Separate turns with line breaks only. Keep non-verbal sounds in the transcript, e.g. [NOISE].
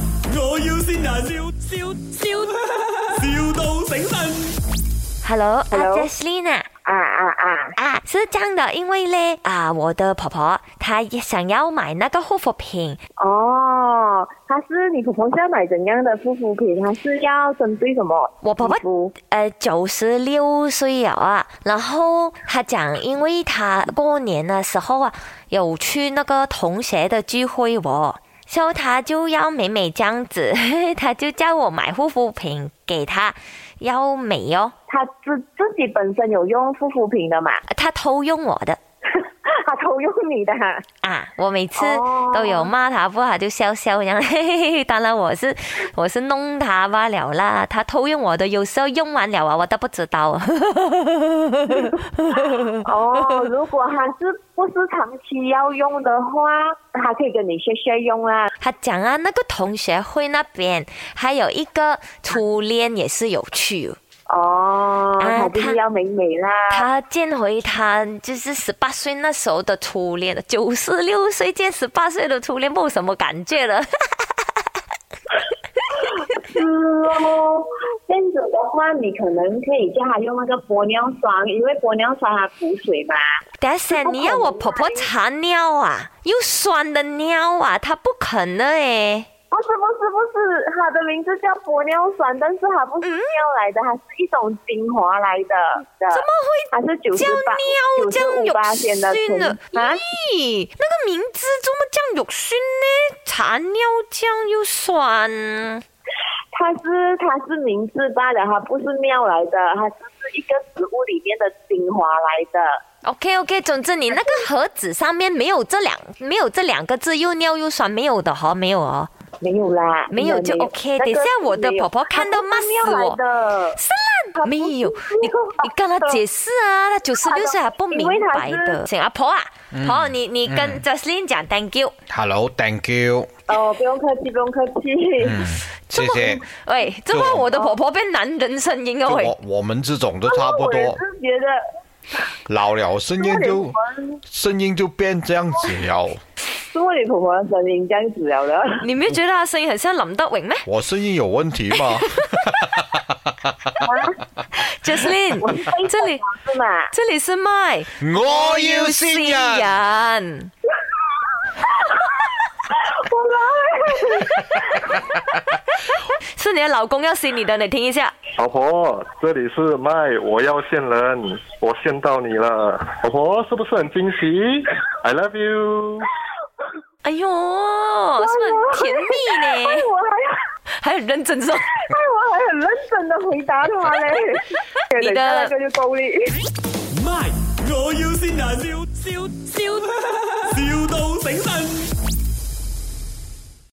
要先人，笑笑笑，,笑到醒神。
Hello，啊
Hello
，Jesslyn 啊。
啊啊啊！
啊，是这样的，因为嘞啊，我的婆婆她也想要买那个护肤品，
哦，他是你婆婆是要买怎样的护肤品？他是要针对什么？
我婆婆
皮肤
呃，九十六岁了啊。然后她讲，因为她过年的时候啊，有去那个同学的聚会哦，所以她就要美美这样子， [LAUGHS] 她就叫我买护肤品给她，要美哦。
她自自己本身有用护肤品的嘛？ [LAUGHS]
她偷用我的
她偷用你的啊？
啊，我每次
哦
都有骂她，不好就笑笑这样。 [LAUGHS] 嘿嘿嘿，当然我是我是弄她罢了啦，她偷用我的，有时候用完了啊， [LAUGHS] 我都不知道。
哦，如果她是不是长期要用的话，她可以跟你学学用啊。
他讲啊，那个同学会那边还有一个初恋也是有去，
哦，
啊
她就是要美美啦。
他见回他就是十八岁那时候的初恋，九十六岁见十八岁的初恋，没有什么感觉了。 [LAUGHS]
是哦，这样子的话，你可能可以叫她用那个玻尿酸，因为玻尿酸它补水嘛。
等一下
不可能
你要我婆婆查尿啊，又酸的尿啊，她不肯的欸诶。
不是不是不是，它的名字叫玻尿酸，但是它不是尿来的，它是一种精华来的。怎
怎么
它是九
会
十
叫
八
尿
九
这
十
样
五八
有
仙的
熏的
纯？啊？
咦，那个名字怎么这样有熏呢？查尿这样又酸。
它是它是名字罢了，它不是尿来的，它只是一个植物里面的精华来的。
OK OK，总之你那个盒子上面没有这两没有这两个字，又尿又酸，没有的哈、没有哦。
没有啦，
没有
应该
就 OK 等一下我的婆婆看到骂死我
它不是尿来的
是啦，没有，你你跟他解释啊，他九十六岁还不明白
因为他
的。请阿婆啊，
嗯
婆你你跟 Justin 讲 Thank you，
Hello，thank you，
哦，不用客气，不用客气。
嗯谢谢。
嗯喂，这么
就
我的婆婆变男人声音哦
就
喂
我，我们这种都差不
[LAUGHS] 我也
多，
是觉得，
老了声音就声音就变这样子了。
是问你婆婆的声音这样子
[LAUGHS]
了的。
你没有觉得他声音很像林德荣咩
我声音有问题吗？
啊
？Justin，这里
是嘛？
这里是麦，
我要先人，
人。是你的啊老公要吸你的，你听一下。
老婆，这里是麦，我要见人，我见到你了，老婆是不是很惊喜？I love you。
哎呦，是不是很甜蜜呢
哎，？我还要，
还很认真说。
哎，我还很认真的回答他
[LAUGHS]
嘞。
你的
等一下那个就够力。
My，我要先人，笑笑笑，